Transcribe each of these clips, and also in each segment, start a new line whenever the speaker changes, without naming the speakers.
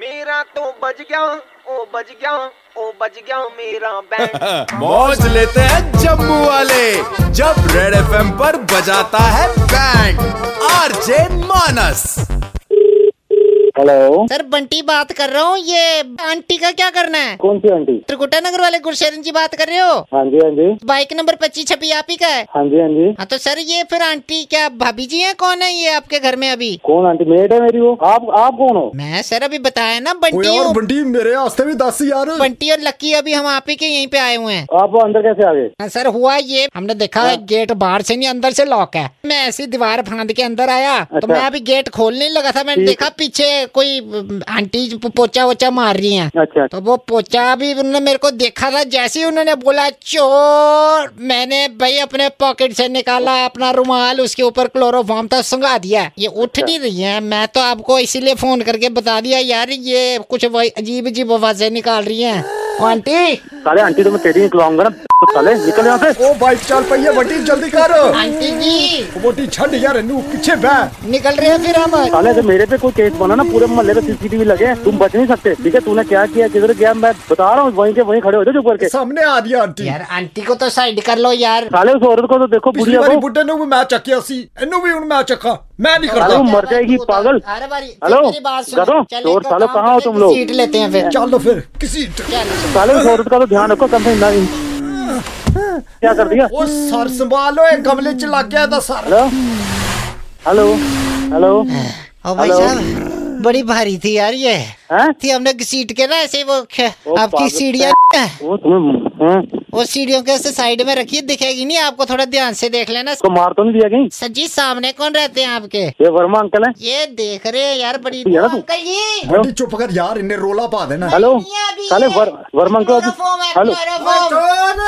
मेरा तो बज गया ओ बज गया ओ बज गया मेरा बैंड
मौज लेते हैं जम्मू वाले जब रेड एफएम पर बजाता है band RJ Manas
hello
sir Bunty बात कर रहा हूँ ये आंटी का क्या करना है
कौन सी आंटी
त्रिकुटा नगर वाले गुरशरण जी बात कर रहे हो
हाँ जी हाँ जी
बाइक नंबर पच्चीस छपी आप ही का है
हाँ जी हाँ जी
हाँ तो सर ये फिर आंटी क्या भाभी जी हैं कौन है ये आपके घर में अभी
कौन आंटी मेट है मेरी वो आप आप कौन हो
मैं सर अभी बताया ना बंटी
और
हूँ।
बंटी मेरे रास्ते में दस यार
बंटी और लक्की अभी हम आप ही के यहीं पे आए हुए हैं
आप वो अंदर कैसे आ गए
हाँ, सर हुआ ये हमने देखा गेट बाहर से नहीं अंदर से लॉक है मैं ऐसी दीवार फांद के अंदर आया तो
अच्छा।
मैं अभी गेट खोलने ही लगा था मैंने
ठीक।
देखा पीछे कोई अम, आंटी पो- पोचा वोचा मार रही हैं
अच्छा
तो वो पोचा भी उन्होंने मेरे को देखा था जैसे ही उन्होंने बोला चोर मैंने भाई अपने पॉकेट से निकाला अपना रुमाल उसके ऊपर क्लोरोफॉर्म था सुंगा दिया ये
अच्छा।
उठ नहीं रही है मैं तो आपको इसीलिए फोन करके बता दिया यार ये कुछ वही अजीब अजीब आवाजें निकाल रही हैं ओ,
हाँ।
आंटी
साले आंटी तो मैं तेरी निकलवाऊंगा ना तो साले निकल यहाँ से
ओ बाइक चल पई है बंटी जल्दी कर
आंटी जी
बंटी छड़ यार नू पीछे बैठ
निकल रहे हैं फिर हम
साले अगर मेरे पे कोई केस बना ना पूरे मोहल्ले पे सीसीटीवी लगे तुम बच नहीं सकते ठीक है तूने क्या किया किधर गया मैं बता रहा हूँ वहीं के वहीं खड़े हो जाओ चुप करके
सामने आ रही है आंटी
यार आंटी को तो साइड कर लो यार
साले उस औरत को तो देखो
ਪਿਛਲੀ
बुढ़िया
ਵਾਰੀ
को
ਬੁੱਢੇ ਨੂੰ ਵੀ ਮੈਂ ਚੱਕਿਆ ਸੀ ਇਹਨੂੰ ਵੀ ਹੁਣ ਮੈਂ ਚੱਕਾਂ ਮੈਂ ਨਹੀਂ
अरे
ਕਰਦਾ
वो मर जाएगी पागल
अरे बारी
हेलो,
मेरी बात सुनो।
गधों,
चल,
चोर
इनको
सालों
काम
कहाँ हो
पे
तुम लोग?
सीट लेते हैं फिर
ਚੱਲ ਫਿਰ ਕਿਸੇ
चल
साले उस औरत का तो ध्यान रखो कम से कम ना क्या कर दिया
ਉਹ ਸਰ ਸੰਭਾਲ ਓਏ ਗਮਲੇ ਚ ਲੱਗ ਗਿਆ ਇਹਦਾ ਸਰ
हेलो हेलो हेलो
ओ भाई
हेलो।
साहब बड़ी भारी थी यार ये
हैं
थी हमने घसीट के ना ऐसे वो खे-
ओ
आपकी
पागल
सीढ़ियाँ
वो तुम्हें हैं? उसको
वो सीढ़ियों के ऐसे साइड में रखिए दिखेगी नहीं आपको थोड़ा ध्यान से देख लेना
मार तो नहीं दिया कहीं
सर जी सामने कौन रहते हैं आपके
ये वर्मा अंकल है
ये देख रहे हैं यार बड़ी
ये ना तू।
अंकल जी
ਬੰਟੀ ਚੁੱਪ ਕਰ ਯਾर ਇਹਨੇ ਰੋਲਾ ਪਾ ਦੇਣਾ
हेलो
ये अभी
साले
ये
वर, वर्मा अंकल
क्लोरोफॉर्म है,
हेलो
क्लोरोफॉर्म।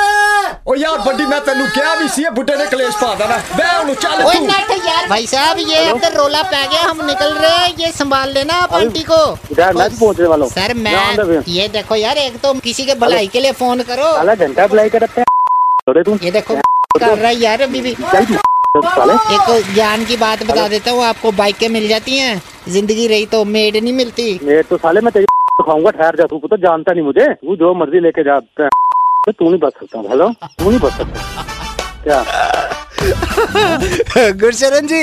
ਓ ਯਾਰ ਬੰਟੀ ਮੈਂ ਤੈਨੂੰ ਕਿਹਾ ਵੀ ਸੀ ਇਹ ਬੁੱਢੇ ਨੇ ਕਲੇਸ਼ ਪਾ ਦੇਣਾ ਬੈ ਉਹਨੂੰ ਚੱਲ
ओए
ਤੂੰ
नट यार भाई साहब ये अंदर रोला पै गया हम निकल रहे हैं ये संभाल लेना आप आंटी को
इधर मैं भी पहुंचने वाला हूँ
सर
यहाँ अंदर
मैं
भी।
ये देखो यार एक तो किसी के भलाई के लिए फोन करो
साला घंटा अप्लाई कर रखते हैं छोड़े तुम
ये देखो कर रहा है यार अभी भी
चल तू, साले
एक ज्ञान की बात बता देता हूँ आपको बाइकें मिल जाती हैं जिंदगी रही तो मेड नहीं मिलती
मेरे तो साले मैं तेरी खाऊंगा ठहर जा तू तो जानता नहीं मुझे तू जो मर्जी लेके जा तो तू नहीं बच सकता हेलो तू नहीं बच सकता क्या
गुरशरण जी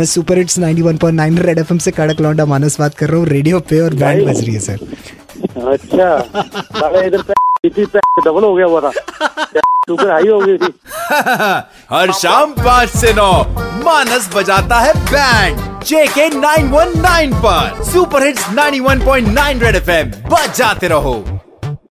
मैं सुपर हिट्स 91.9 रेड एफएम से कड़क लौंडा मानस बात कर रहा हूँ रेडियो पे और बैंड बज रही है सर
अच्छा साले इधर इसी डबल हो गया हुआ था शुगर हाई तो हो गई थी
हर शाम पाँच से नौ मानस बजाता है band JK nine one nine पर सुपर हिट्स 91.9 रेड एफएम बजाते रहो